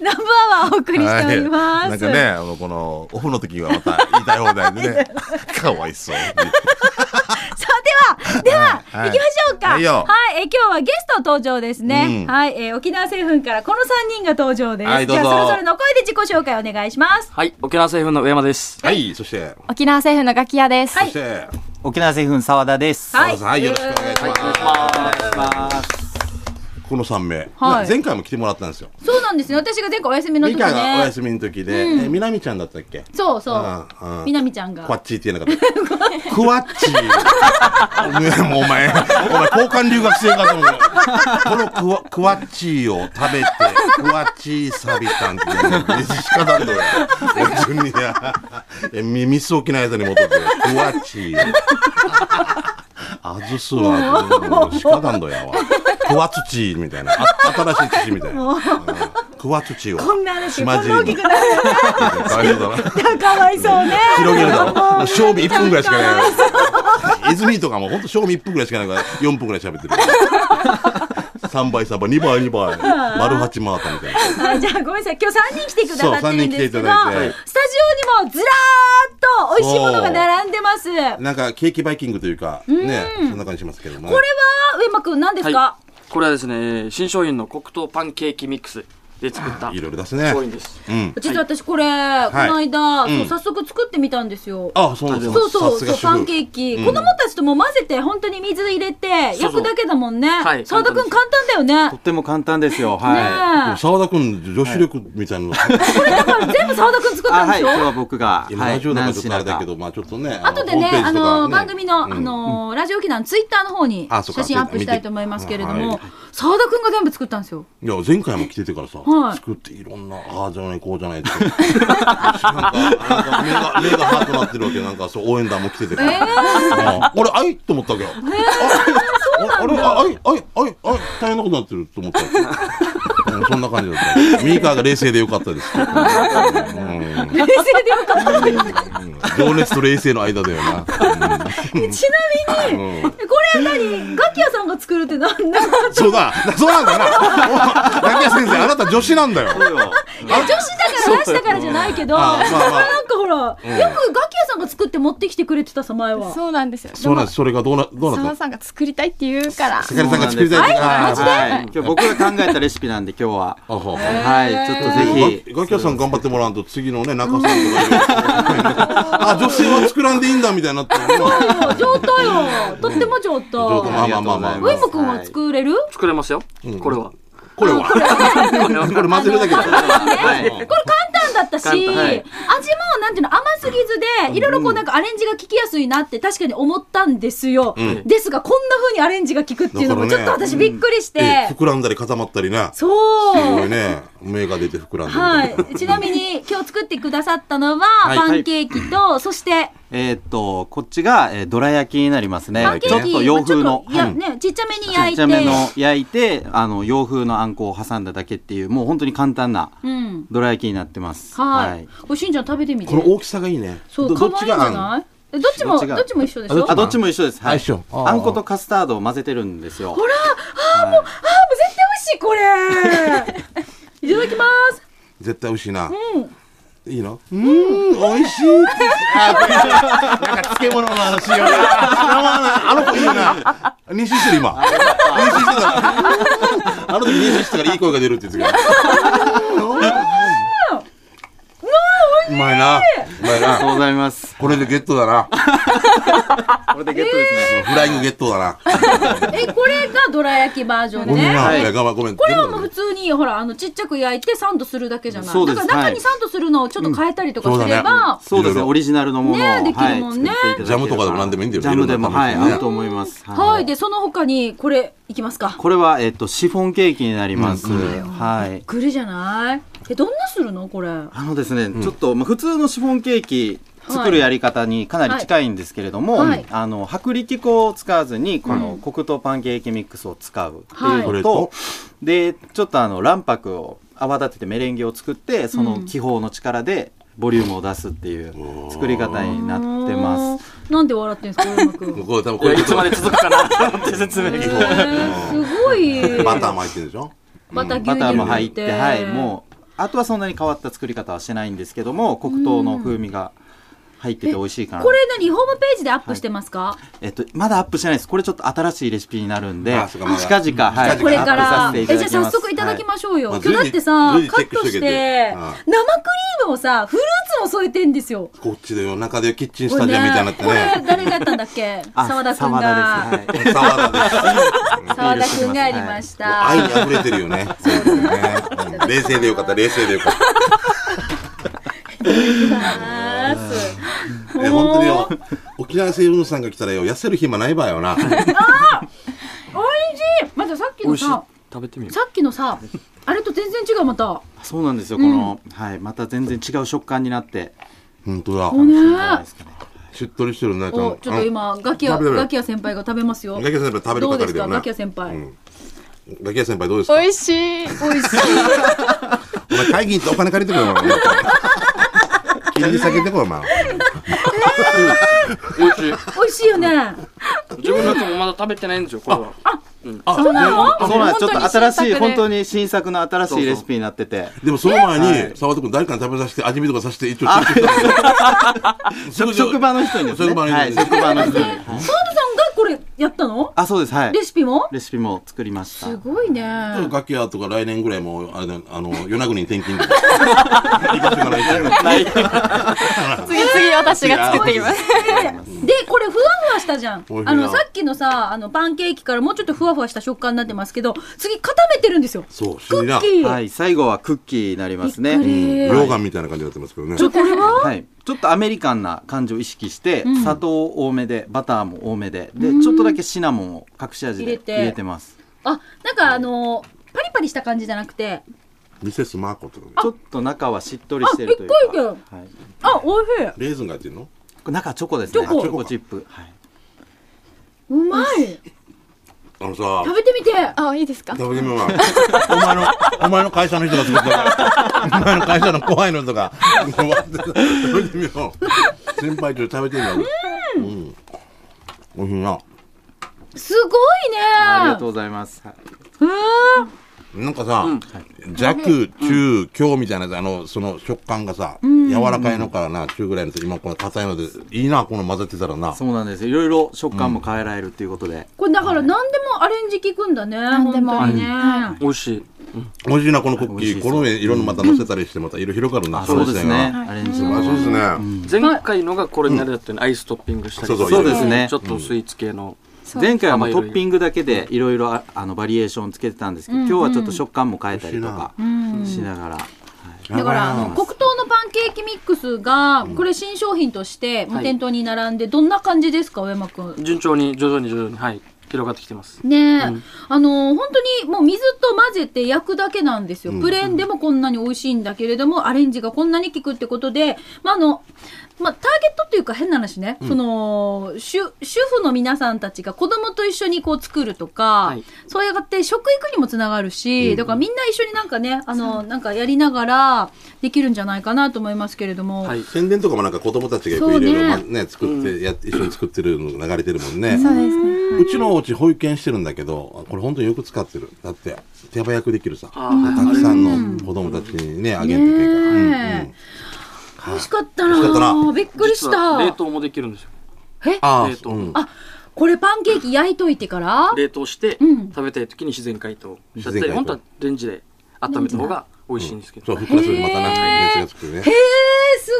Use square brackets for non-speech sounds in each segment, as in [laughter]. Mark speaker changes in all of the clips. Speaker 1: ナンバーワンお送りしております。
Speaker 2: なんかね、あの、この、オフの時はまた言いたい放題で
Speaker 1: [laughs]
Speaker 2: ね。かわいそうに。
Speaker 1: さあ、では、では、
Speaker 2: はい
Speaker 1: 行きましょうか。
Speaker 2: はいよ
Speaker 1: はい、えー今日はゲスト登場ですね。
Speaker 2: うん
Speaker 1: はい、えー沖縄製粉からこの3人が登場です。
Speaker 2: はいどうぞ
Speaker 1: じゃあ、それぞれの声で自己紹介お願いします。
Speaker 3: はい、沖縄製粉の上山です。
Speaker 2: はい、そして、
Speaker 4: 沖縄政府の楽器屋です。
Speaker 1: は
Speaker 2: そ
Speaker 1: い
Speaker 2: して、
Speaker 5: 沖縄製粉澤田です。
Speaker 2: はい、はい、よろしくお願いし
Speaker 3: お願いし
Speaker 2: ま
Speaker 3: ます。
Speaker 2: す。この三名、
Speaker 1: はい
Speaker 2: 前回も来てもらったんですよ。
Speaker 1: そうなんですね。私が前回お休みの
Speaker 2: ミ
Speaker 1: 時
Speaker 2: カがお
Speaker 1: ね。
Speaker 2: 休みの時で、えみなみちゃんだったっけ。
Speaker 1: そうそう
Speaker 2: うんうん。
Speaker 1: みなみちゃんが。
Speaker 2: クワッチーって言えなかった。クワッチー。ねもうお前、お前交換留学生かと思う。このクワクワッチーを食べて、クワッチーサビタンっていうのしかだんだよ。俺順にや。え、みミス沖縄やに戻って、クワッチー。あずすわ、しかだんどやわ。クワ土みたいな。あ新しい土みたいな。うんクワ土を。
Speaker 1: こんな話、こんな
Speaker 2: 島尻
Speaker 1: 大
Speaker 2: の
Speaker 1: きくなる。
Speaker 2: かわいそうだな。
Speaker 1: かわいそうね。
Speaker 2: 広げるだろ。 [laughs] 勝負1分ぐらいしかない [laughs] から。泉とかも本当勝負1分ぐらいしかないから、4分ぐらい喋ってる。3倍3倍、2倍2倍、丸八回ったみたいな。
Speaker 1: [laughs] あじゃあごめんなさい今日3人来てくださってるんですけ
Speaker 2: そう三人来て
Speaker 1: ど
Speaker 2: いただいて
Speaker 1: スタジオにもずらーっと美味しいものが並んでますこれは
Speaker 2: なんかケーキバイキングというか、ね、そんな感じしますけども。これ
Speaker 1: 上間くん何ですか、
Speaker 3: はい。これはですね、新商品の黒糖パンケーキミックスで作った
Speaker 2: いろいろ出すね。
Speaker 3: 商品です。
Speaker 2: うん。
Speaker 1: 実は私これ、この間、そう早速作ってみたんですよ
Speaker 2: あ、そうなんです
Speaker 1: そうそうそうパンケ
Speaker 2: キ。
Speaker 1: ーキ、子供たちともう混ぜて本当に水入れて
Speaker 3: そう
Speaker 1: 焼くだけだもんね
Speaker 3: はい
Speaker 1: 澤田くん簡単だよね
Speaker 5: とっても簡単ですよ。は
Speaker 2: でも
Speaker 1: ね
Speaker 2: 沢田君、女子力みたいなの、
Speaker 1: えこれだから全部澤田くん作
Speaker 5: い。
Speaker 1: った
Speaker 5: あ、
Speaker 1: んで
Speaker 5: はい。
Speaker 1: しょ、
Speaker 5: 今日は僕が。
Speaker 2: 今
Speaker 5: は
Speaker 2: ラ
Speaker 5: い。
Speaker 2: ジオだからちょっとあれ
Speaker 5: 何
Speaker 2: だ
Speaker 5: 品
Speaker 2: け
Speaker 5: か
Speaker 2: ど、まあちょっとね、
Speaker 1: 後で
Speaker 2: ホー
Speaker 1: ね
Speaker 2: ムペー
Speaker 1: あ
Speaker 2: ジとか
Speaker 1: の番組の、
Speaker 2: うん
Speaker 1: あのラジオ機能のツイッターの方に
Speaker 2: あそうか
Speaker 1: 写真アップしたいと思いますけれど
Speaker 2: 見て
Speaker 1: も
Speaker 2: はい
Speaker 1: 澤田くんが全部作ったんですよ
Speaker 2: いや、前回も来ててからさ、
Speaker 1: はい
Speaker 2: 作っていろんな、ああじゃない、こうじゃないって。なんか、なんか目が、目がハートなってるわけ、なんか、そう、応援団も来ててから。
Speaker 1: え
Speaker 2: うん俺、あいと思ったわけよ。ああれ、ああい、あい、あい、あい、大変なことになってると思ったわけ。うんそんな感じだった。ミーカーが冷静でよかったです。うん
Speaker 1: 冷静でよかった
Speaker 2: 情熱と冷静の間だよな。
Speaker 1: ちなみに、
Speaker 2: うん
Speaker 1: これ何ガキヤさんが作るってなんだ
Speaker 2: そうだ、そうなんだな。おラキヤ先生、あなた女子なんだよ。
Speaker 1: 女子だから出したからじゃないけど、
Speaker 2: あまあまあ
Speaker 1: なんかほら、
Speaker 2: ん
Speaker 1: よくガキヤさんが作って持ってきてくれてたさ前は。
Speaker 4: そうなんですよ。
Speaker 2: そうなんです、それがどうな、どうなった
Speaker 4: 澤
Speaker 2: の
Speaker 4: さんが作りたいって言うから。
Speaker 2: 世界さんが作りたいとか。
Speaker 5: はい。今日僕が考えたレシピなんで今日は。
Speaker 2: あは
Speaker 5: はい。ちょっとぜひ。
Speaker 2: ガガキヤさん頑張ってもらうと次のね中さんと
Speaker 1: [laughs]
Speaker 2: かあ女性は作らんでいいんだみたいになってる
Speaker 1: そう上等よ。とっても上
Speaker 2: 上等まあ
Speaker 1: 等。
Speaker 2: まあまあまあ
Speaker 1: [laughs] ウイム君は作れる？
Speaker 3: 作れますよ。これは。
Speaker 2: これはこれ混ぜる
Speaker 1: [laughs]
Speaker 2: だけだ
Speaker 5: は
Speaker 1: これ簡単
Speaker 5: い。
Speaker 1: だったし、
Speaker 3: 簡
Speaker 1: 味も
Speaker 3: 単はい
Speaker 1: なんていうの甘すぎずで、いろいろこうなんかアレンジが効きやすいなって確かに思ったんですよ。ですがこんな風にアレンジが効くっていうのもちょっと私びっくりして、
Speaker 2: え膨らんだり固まったりねす
Speaker 1: そう。
Speaker 2: ごいね目が出て膨らん
Speaker 1: は
Speaker 2: だりとか
Speaker 1: い。ちなみに、今日作ってくださったのは、
Speaker 5: はい
Speaker 1: パンケーキと、そして、
Speaker 5: えーっと、こっちが、えーどら焼きになりますね
Speaker 1: パン。ケ
Speaker 5: ちょ
Speaker 1: ー
Speaker 5: っ
Speaker 1: キ、
Speaker 5: と洋風の
Speaker 1: まあ。ちょっといや、ね、ちっちゃめに焼
Speaker 5: ち
Speaker 1: い
Speaker 5: っちゃめの
Speaker 1: て、
Speaker 5: 焼いて、あの、洋風のあんこを挟んだだけっていう、もう本当に簡単な
Speaker 1: うん。
Speaker 5: どら焼きになってます。
Speaker 1: はい。おしんちゃん食べてみて
Speaker 2: こ。の大きさがいいね
Speaker 1: そう、かわいいんじゃ
Speaker 2: ん
Speaker 1: ないえどっちも、
Speaker 5: どっちが
Speaker 1: どっちも一緒でしょもう
Speaker 5: あ、どっちも一緒です。は
Speaker 2: あ
Speaker 5: い
Speaker 2: 一緒。ああ
Speaker 5: あんことカスタードを混ぜてるんですよ。ほら
Speaker 1: 絶対美味しい、これ [laughs] いただきます。
Speaker 2: 絶対美味しいなうんいいのうん美味しいなんか漬物の話よあの子いいな妊娠してる今妊娠してたあの時妊娠してたからいい声が出るって言ってたうまいな。うまい
Speaker 5: ありがと
Speaker 2: な。
Speaker 5: うございます。
Speaker 2: これでゲットだな。
Speaker 5: これでゲットですね。
Speaker 2: フライングゲットだな。
Speaker 1: え、これがどら焼きバージョン
Speaker 2: ごめん
Speaker 1: ね。
Speaker 2: な。いやごめんごめん。
Speaker 1: これはもう普
Speaker 2: 全
Speaker 1: 通
Speaker 2: 部
Speaker 1: に、ほら、あの、ちっちゃく焼いてサンドするだけじゃない。
Speaker 5: そう
Speaker 1: だ
Speaker 5: で
Speaker 1: か
Speaker 5: す
Speaker 1: ら中
Speaker 5: は
Speaker 1: に
Speaker 5: い
Speaker 1: サンドするのをちょっと変えたりとか
Speaker 2: うん
Speaker 1: すれ
Speaker 2: そうだ
Speaker 1: ば、
Speaker 5: そうで
Speaker 2: いろ
Speaker 5: す
Speaker 2: い
Speaker 5: ね、
Speaker 2: ろ
Speaker 5: オリジナルのものを、
Speaker 1: ねできるもんね
Speaker 5: はい、作っていただければ
Speaker 2: ジャムとかでも何でもいいんだよね
Speaker 5: ジャムでも、
Speaker 2: いろんな
Speaker 5: はい、
Speaker 2: 食べ物ね
Speaker 5: 合うと思います。
Speaker 1: はい。で、その他に、これ、いきますか。
Speaker 5: これは、えっと、シフォンケーキになります。はい。
Speaker 1: 栗じゃないえどんなするのこれ
Speaker 5: あのですね、ちょっと、まあ、普通のシフォンケーキ作るやり方にかなり近いんですけれども、
Speaker 1: はいはい
Speaker 5: あの、薄力粉を使わずに、この黒糖パンケーキミックスを使うって
Speaker 1: はい
Speaker 5: いうのと、で、ちょっとあの、卵白を泡立ててメレンゲを作って、その気泡の力で、ボリュームを出すっていう作り方になってます。
Speaker 1: すなんで笑ってんすか大山くん
Speaker 2: 向こう多分
Speaker 3: い
Speaker 2: こ
Speaker 3: や、
Speaker 2: れ
Speaker 3: いつまで続くかなと思って説明
Speaker 1: えーすごい
Speaker 2: バター巻いてるでしょ。
Speaker 1: バター牛乳
Speaker 5: バターも入って、はい、
Speaker 1: う
Speaker 5: もう、あとはそんなに変わった作り方はしてないんですけども黒糖の風味が入ってて美味しいかな
Speaker 1: これ何ホームページでアップしてますか、
Speaker 5: えっと、まだアップしてないですこれちょっと新しいレシピになるんで
Speaker 2: あそうかまだ
Speaker 5: 近々、はい、
Speaker 2: 近々
Speaker 1: これか
Speaker 5: アッ
Speaker 1: ら
Speaker 5: プ
Speaker 1: え
Speaker 5: させていた
Speaker 1: じゃあ早
Speaker 5: だきます
Speaker 1: 速いただきましょうよ、
Speaker 2: はい
Speaker 1: 今日だってさ
Speaker 2: まあ随時
Speaker 1: カットし
Speaker 2: 随時チェックしといて
Speaker 1: て
Speaker 2: うん
Speaker 1: 生クリームをさフルーツも添えてんですよ
Speaker 2: こっちで中でキッチンスタジオみたいになって
Speaker 1: これ
Speaker 2: ね。
Speaker 1: 誰がやったんだっけ
Speaker 5: あ
Speaker 1: 澤田くん
Speaker 5: 沢
Speaker 1: が
Speaker 5: 田です、はい
Speaker 2: 沢田です。
Speaker 1: 澤田くんがやりました、
Speaker 2: 愛に溢れてる
Speaker 1: [laughs]
Speaker 2: よね。そうだよねうん冷静でよかった、冷静でよかった。
Speaker 1: あーす
Speaker 2: え本当によ沖縄セブンさんが来たらよ痩せる暇ないばよな
Speaker 1: 美味しいまたさっき
Speaker 3: 美
Speaker 1: の
Speaker 3: 味しい
Speaker 1: さ
Speaker 3: 食べてみよう
Speaker 1: さっきのさあれと全然違うまた
Speaker 5: そうなんですよこの、はい、また全然違う食感になって
Speaker 2: 本当だ
Speaker 1: おね
Speaker 5: ないですかね
Speaker 2: しっとりしてるねちゃん
Speaker 1: お
Speaker 2: と
Speaker 1: ちょっと今ガキヤ
Speaker 2: 食べる
Speaker 1: ガキヤ先輩が食べますよ
Speaker 2: ガキヤ先輩食べる
Speaker 1: どうで
Speaker 2: 係
Speaker 1: す
Speaker 2: だよ
Speaker 1: か
Speaker 2: ね
Speaker 1: ガキヤ先輩、
Speaker 2: うんガキヤ先輩どうですか
Speaker 4: 美味しい。
Speaker 1: 美味しい
Speaker 2: お前会議行ってお金借りてくれよお前金利下げてこいお前
Speaker 3: 美味しい
Speaker 1: 美味しいよね
Speaker 3: 自分のやつもまだ食べてないんですよこれは
Speaker 1: そうなの
Speaker 5: そうなんですちょっと新しい本当
Speaker 1: に
Speaker 5: に新作の新しいレシピになってて
Speaker 2: でもその前
Speaker 5: は
Speaker 2: に澤田君誰かに食べさせて味見とかさせて一応チェック
Speaker 1: [laughs]
Speaker 2: したの
Speaker 5: 職職場の人にですね
Speaker 2: 職場の人
Speaker 5: はい
Speaker 2: に
Speaker 5: 職場の人に、はい
Speaker 1: 澤田さんがこれやったの
Speaker 5: あそうですはい
Speaker 1: レシピも
Speaker 5: レシピも作りました
Speaker 1: すごいね
Speaker 2: ガキヤとか来年ぐらいもうあれだあの与那国に転
Speaker 1: [laughs]
Speaker 2: 勤とか行かせていかないと
Speaker 5: ない
Speaker 4: 次々私が作ってきます。
Speaker 1: でこれふわふわしたじゃん
Speaker 2: 美味しいな
Speaker 1: あのさっきのさあのパンケーキからもうちょっとふわふわした食感になってますけど次固めてるんですよ
Speaker 2: そう不
Speaker 1: ク
Speaker 2: 思議
Speaker 1: ッ
Speaker 2: な
Speaker 1: キー、
Speaker 5: はい、最後はクッキーになります
Speaker 1: び
Speaker 5: ね。
Speaker 1: っくり
Speaker 5: うん
Speaker 2: 溶岩みたいな感じになってますけどね
Speaker 1: ちょこれは
Speaker 5: はい、ちょっとアメリカンな感じを意識して、砂糖多めでバターも多めででちょっとだけシナモンを隠し味で
Speaker 1: 入れて
Speaker 5: 入れてます
Speaker 1: あなんかあのパリパリした感じじゃなくて
Speaker 2: ミセスマーコってことね
Speaker 5: ちょっと中はしっとりしてるという
Speaker 1: あびっくり
Speaker 5: か、はい、
Speaker 1: あ美味しい
Speaker 2: レーズンが入ってるの
Speaker 5: これ中はチョコですね
Speaker 1: チョコ
Speaker 5: あチョコチップ、はいう
Speaker 1: まい
Speaker 2: あのさ
Speaker 1: 食べてみて
Speaker 4: あ、いいですか。
Speaker 2: 食べてみようかお前のお前の会社の人が作ったからお前の会社の怖いの
Speaker 1: [laughs]
Speaker 2: とか食べてみよう先輩と食べてみよううん美味しいな
Speaker 1: すごいね
Speaker 5: ありがとうございます、はい
Speaker 2: なんかさ弱中強みたいなやつあのその食感がさ柔らかいのからな中ぐらいのと今この硬いのでいいなこの混ぜてたらな
Speaker 5: そうなんですいろいろ食感も変えられるということで、
Speaker 1: これだから何でもアレンジ効くんだね何
Speaker 4: でも
Speaker 1: にね
Speaker 3: 美味しい
Speaker 2: 美味しいなこのクッキ
Speaker 5: 美味し
Speaker 2: ー
Speaker 5: いそ
Speaker 2: こ
Speaker 5: う
Speaker 2: の上いろんなまた乗せたりしてまた色広がるな
Speaker 5: あそうですね、
Speaker 2: あ
Speaker 5: アレンジ
Speaker 2: そう
Speaker 5: も、
Speaker 2: ですね
Speaker 3: 前回のがこれになるだったよねアイストッピングしたり
Speaker 2: そうそう
Speaker 5: そうですね
Speaker 3: ちょっとスイーツ系の
Speaker 5: 前回はもうトッピングだけでいろいろああのバリエーションつけてたんですけど、今日はちょっと食感も変えたりとかしながら、
Speaker 1: だからあの黒糖のパンケーキミックスがこれ新商品としてもう
Speaker 3: はい
Speaker 1: 店頭に並んでどんな感じですか上山くん
Speaker 3: 順調に徐々に徐々にはい広がってきてます
Speaker 1: ねえ、あの本当にもう水と混ぜて焼くだけなんですよ、プレーンでもこんなに美味しいんだけれどもアレンジがこんなに効くってことで、まああのまあ、ターゲットっていうか変な話ね、その主主婦の皆さんたちが子供と一緒にこう作るとか、
Speaker 3: はい
Speaker 1: そうやって食育にもつながるし、だからみんな一緒になんかねあのなんかやりながらできるんじゃないかなと思いますけれども、
Speaker 3: はい
Speaker 2: 宣伝とかもなんか子供たちがよくいろいろまね作ってや一緒に作ってるのが流れてるもんね。
Speaker 4: そうですね。
Speaker 2: うちのお家保育園してるんだけど、これ本当によく使ってる。だって手早くできるさ。た
Speaker 3: あー
Speaker 2: くさんの子供たちにねあげんといけんから。うんうん
Speaker 1: ねえ美味しかったな
Speaker 2: 美味しかったな
Speaker 1: びっくりし
Speaker 3: 実は冷
Speaker 1: た
Speaker 3: 凍もできるんですよ
Speaker 2: あ
Speaker 3: 冷凍
Speaker 2: ーうん
Speaker 1: あこれパンケーキ焼いといてから
Speaker 3: 冷凍して
Speaker 1: うん
Speaker 3: 食べたい時に自然解凍しちゃ
Speaker 2: 自
Speaker 3: っ
Speaker 2: 然解
Speaker 3: て
Speaker 2: 凍
Speaker 3: 本当はレンジで温めた方が美味しいんですけ
Speaker 2: そ
Speaker 3: ど
Speaker 2: うふっくらするまたな
Speaker 1: へー
Speaker 2: 熱がつくね
Speaker 1: へ。え、す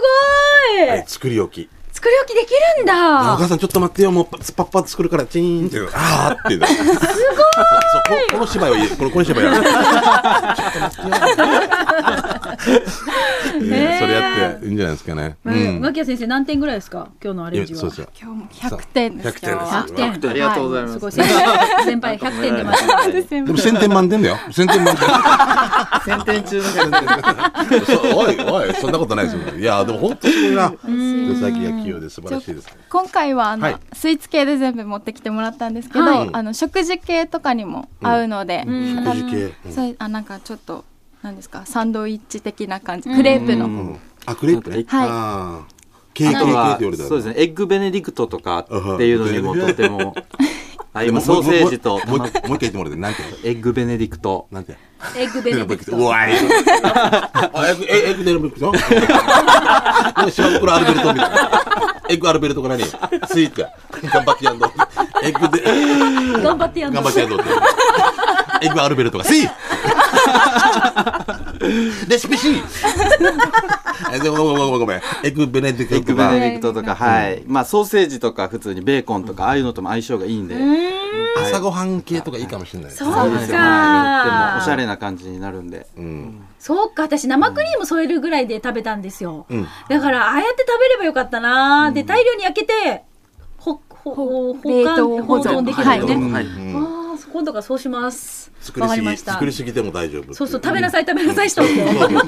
Speaker 1: ごい、
Speaker 2: はい作り置き。
Speaker 1: 作り置きできるん
Speaker 2: あお
Speaker 1: だ
Speaker 2: 母さんちょっと待ってよもうパッパッパッ作るからチーンってあーって [laughs] 言う。すごい。そうここの芝居はいい。このこの [laughs] 芝居は。ちょっと待ってよ。ねそれやっていいんじゃないですかね。
Speaker 1: う
Speaker 2: う
Speaker 1: ん。
Speaker 2: ん
Speaker 1: 脇谷先生何点ぐらいですか今日のアレンジは。
Speaker 2: そうですよ。
Speaker 4: 今日も100点です。
Speaker 2: 100点です
Speaker 4: 今
Speaker 1: 100点。
Speaker 2: 100
Speaker 5: 点ありがとうございます
Speaker 1: はすごい。先輩先輩100点出ました。
Speaker 4: 日はですね
Speaker 2: でも1000点満点だよ。1000点 [laughs] 満点。
Speaker 5: 先天中の
Speaker 2: そうおいおいそんなことないですよ。いやでも本当すごいな。手先が器用で素晴らしいですね。
Speaker 4: 今回はあ
Speaker 2: はい
Speaker 4: のスイーツ系で全部持ってきてもらったんですけど、
Speaker 1: はい
Speaker 4: あの食事系とかにも合うので、
Speaker 2: 食事系。うん
Speaker 4: そうあなんかちょっとなんですかサンドイッチ的な感じ、クレープの、
Speaker 2: うんあクレープね。
Speaker 4: はい
Speaker 2: あーケー
Speaker 5: あ
Speaker 2: キケ
Speaker 5: と
Speaker 2: ーキ
Speaker 5: は
Speaker 2: って言われた。
Speaker 5: そうですねエッグベネディクトとかっていうのにもとてもあ [laughs] 今ソーセージと
Speaker 2: もうもうもう一回もう一回言ってもらって、なんて、
Speaker 5: エッグベネディクト
Speaker 2: なんて。
Speaker 1: エッグベネディクト
Speaker 2: うわい。あエッグえエッグベネディクトなんかシャンプルアルベルトみたいな。エッグアルベルトからね、スイーツが。頑張ってやんの。エッグで、
Speaker 1: 頑張ってやんの
Speaker 2: 頑張ってやんのって。エッグアルベルトが、スイ [laughs] レシピシーえごめんごめんごめんごめん。エッグベネデ
Speaker 5: エ
Speaker 2: ィ
Speaker 5: ッ
Speaker 2: クト
Speaker 5: グベ
Speaker 2: が。
Speaker 5: ネディクトとか、はい。まあ、ソーセージとか、普通にベーコンとか、ああいうのとも相性がいいんで。
Speaker 2: 朝ごはん系とかいいかもしれない。
Speaker 1: そう
Speaker 5: そうですよはいとってもおしゃ
Speaker 1: か
Speaker 5: れな感じになるんで。
Speaker 2: うん。
Speaker 1: そうか私生クリーム添えるぐらいで食べたんですよ、
Speaker 2: うん。
Speaker 1: だからああやって食べればよかったな、で大量に焼けてほほほ
Speaker 4: 冷凍
Speaker 1: 保
Speaker 4: 保存
Speaker 1: 存できるよね、
Speaker 2: うん
Speaker 3: はい
Speaker 2: う
Speaker 1: あ
Speaker 2: ん
Speaker 1: あそ今度からそうします
Speaker 2: 作り
Speaker 1: わか
Speaker 2: す
Speaker 1: りま
Speaker 2: ぎ、
Speaker 1: した
Speaker 2: 作りすぎても大丈夫。
Speaker 1: そうそう食べなさい食べなさいしとって
Speaker 2: そうそうそう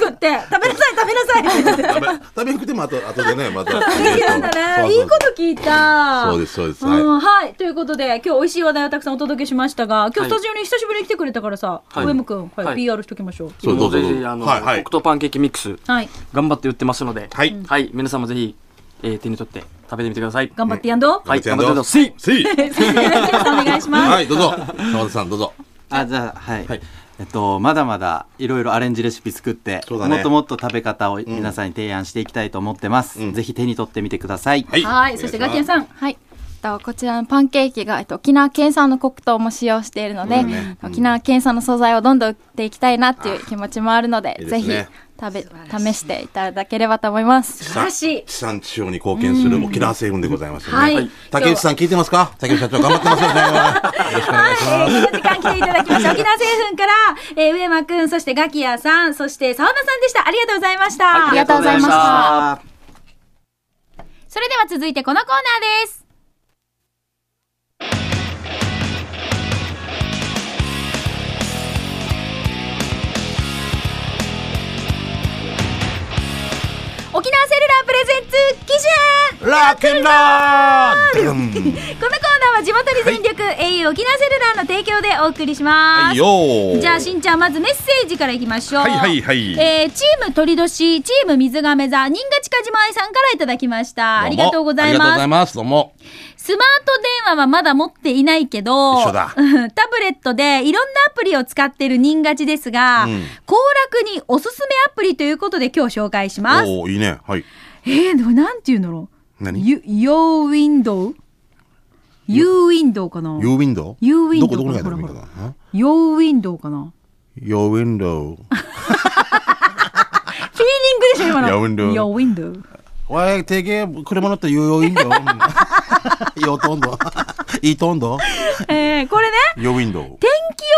Speaker 1: 作って食べなさい食べなさいって言って
Speaker 2: 食べ食べなくても後後でねまた。
Speaker 1: できるんだねいいこと聞いた
Speaker 2: そうですそうです
Speaker 1: はい、
Speaker 2: は
Speaker 1: はい、ということで今日美味しい話題をたくさんお届けしましたが今日スタジオに久しぶりに来てくれたからさ、
Speaker 3: はい
Speaker 1: 小山くん、はい
Speaker 3: はい
Speaker 1: PR しときましょう
Speaker 2: そう
Speaker 3: もう
Speaker 2: どうぞ
Speaker 3: ぜ
Speaker 2: どうぞ
Speaker 3: ひ、あの、
Speaker 2: はいはい
Speaker 3: 黒糖パンケーキミックス、
Speaker 1: はい
Speaker 3: 頑張って売ってますの
Speaker 2: い。
Speaker 3: で、
Speaker 2: はい。
Speaker 3: はい、皆さんもぜひ、えー手に取って食べてみてください。
Speaker 1: 頑張ってやんど、
Speaker 3: はい、
Speaker 2: 頑張
Speaker 3: 頑張
Speaker 2: っ
Speaker 3: ってて
Speaker 2: や
Speaker 3: く
Speaker 2: んど
Speaker 3: ださい。
Speaker 2: せい。
Speaker 1: お願いします、
Speaker 2: はいどうぞ。山田さんどうぞ。
Speaker 5: あ、じゃあ、はい。
Speaker 2: はい
Speaker 5: えっと、まだまだいろいろアレンジレシピ作って、
Speaker 2: そうだね
Speaker 5: もっともっと食べ方を皆さんに提案していきたいと思ってます。
Speaker 2: うん
Speaker 5: ぜひ手に取ってみてください。
Speaker 2: はい。
Speaker 1: はい、そしてガキヤ
Speaker 2: ん。
Speaker 1: さん。
Speaker 4: はい。えっとこちらのパンケーキが、えっと、沖縄県産の黒糖も使用しているので、
Speaker 2: うんね
Speaker 4: 沖縄県産の素材をどんどん売っていきたいなっていう気持ちもあるので
Speaker 2: いいです
Speaker 4: ぜひ
Speaker 2: ね
Speaker 4: 食べ試していただければと思います
Speaker 1: 素晴らしい
Speaker 2: 地産地消に貢献する沖縄製粉でございますよね。
Speaker 1: はい
Speaker 2: 竹内さん聞いてますか竹内社長頑張ってますよね。
Speaker 1: [laughs]
Speaker 2: よろしくお願いし
Speaker 1: は
Speaker 2: ま
Speaker 1: い、えーこの時間来ていただきました。沖縄製粉から、えー、上間くん、そしてガキヤさん、そして沢田さんでした。ありがとうございました。
Speaker 4: ありがとうございまし
Speaker 3: ありがとうございました
Speaker 4: た
Speaker 1: それでは続いてこのコーナーです。沖縄セルラープレゼンツ機種
Speaker 2: す。ラッキンラー
Speaker 1: こ
Speaker 2: ン。
Speaker 1: のコーナーは地元に全力、au 沖縄セルラーの提供でお送りします。
Speaker 2: はいよー。
Speaker 1: じゃあしんちゃんまずメッセージからいきましょう
Speaker 2: はいはいはい
Speaker 1: えーチーム鳥年チーム水亀座新賀近島愛さんからいただきましたありがとうござい
Speaker 2: ありがとうご
Speaker 1: ま
Speaker 2: ざ
Speaker 1: す
Speaker 2: います。どうも。
Speaker 1: スマート電話はまだ持っていないけど
Speaker 2: 一緒だ
Speaker 1: [laughs] タブレットでいろんなアプリを使ってる人勝ちですが
Speaker 2: うん
Speaker 1: 行、楽におすすめアプリということで今日紹介します
Speaker 2: おーいいね。はい。
Speaker 1: えー、でもなんていうの
Speaker 2: 何
Speaker 1: ?You Window? You Window かな
Speaker 2: ?You window?
Speaker 1: You window
Speaker 2: どこどこに書いてある
Speaker 1: ほら
Speaker 2: window
Speaker 1: ほら
Speaker 2: だん
Speaker 1: Your Window か
Speaker 2: [laughs]
Speaker 1: な
Speaker 2: ?Your window.
Speaker 1: フィーリングでしょ今の
Speaker 2: Your window
Speaker 1: Your
Speaker 2: [laughs]
Speaker 1: Window
Speaker 2: わい、てげ、車乗ったら言うよ、いいんだよ。
Speaker 1: [laughs]
Speaker 2: よ、とんど。 [laughs] いいとんど。
Speaker 1: えー、これね
Speaker 2: よ、ウィンドウ。
Speaker 1: 天気予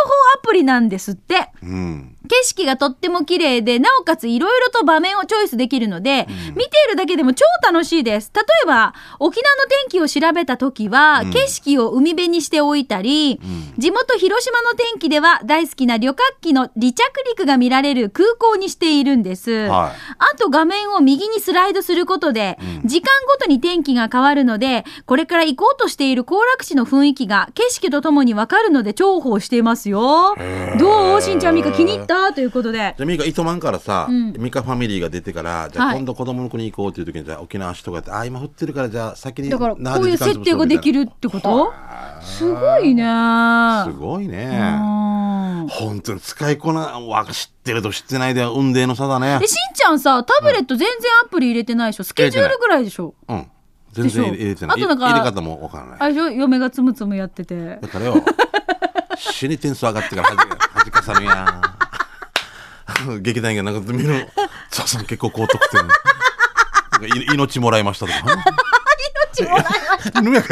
Speaker 1: 報アプリなんですって。
Speaker 2: うん。
Speaker 1: 景色がとっても綺麗で、なおかついろいろと場面をチョイスできるので、見ているだけでも超楽しいです。例えば、沖縄の天気を調べた時は、景色を海辺にしておいたり、地元広島の天気では大好きな旅客機の離着陸が見られる空港にしているんです。
Speaker 2: は
Speaker 1: あと画面を右にスライドすることで、時間ごとに天気が変わるので、これから行こうとしている行楽地の雰囲気が景色とともにわかるので重宝していますよ。どうしんちゃんみか気に入ったということで。
Speaker 2: じゃあ、ミカ、糸満からさ、
Speaker 1: ん
Speaker 2: ミカファミリーが出てから、じゃあ
Speaker 1: はい
Speaker 2: 今度子供の国行こうっていう時に、じゃあ沖縄市とかやって、あ、今降ってるから、じゃあ先に。
Speaker 1: だから、
Speaker 2: な
Speaker 1: こういう設定ができ。るってことすごいね。
Speaker 2: 時間潰そうみたいなすごいね。
Speaker 1: うん
Speaker 2: 本当に使いこな、わ、知ってると知ってないでは運命の差だね
Speaker 1: え、。しんちゃんさ、タブレット全然アプリ入れてないでしょスケジュールぐらいでしょ
Speaker 2: うん。全然入れ入れてない。
Speaker 1: でしょあとなんか
Speaker 2: 入れ方もわからない。
Speaker 1: あれでしょ嫁がつむつむやってて。
Speaker 2: だからよ、死に点数上がってから [laughs] 恥か恥かさぬやん。 [laughs] 劇団員がなんか見る、ささ結構高得点。なんかい命もらいましたとか。
Speaker 1: 命もらい
Speaker 2: ぬやか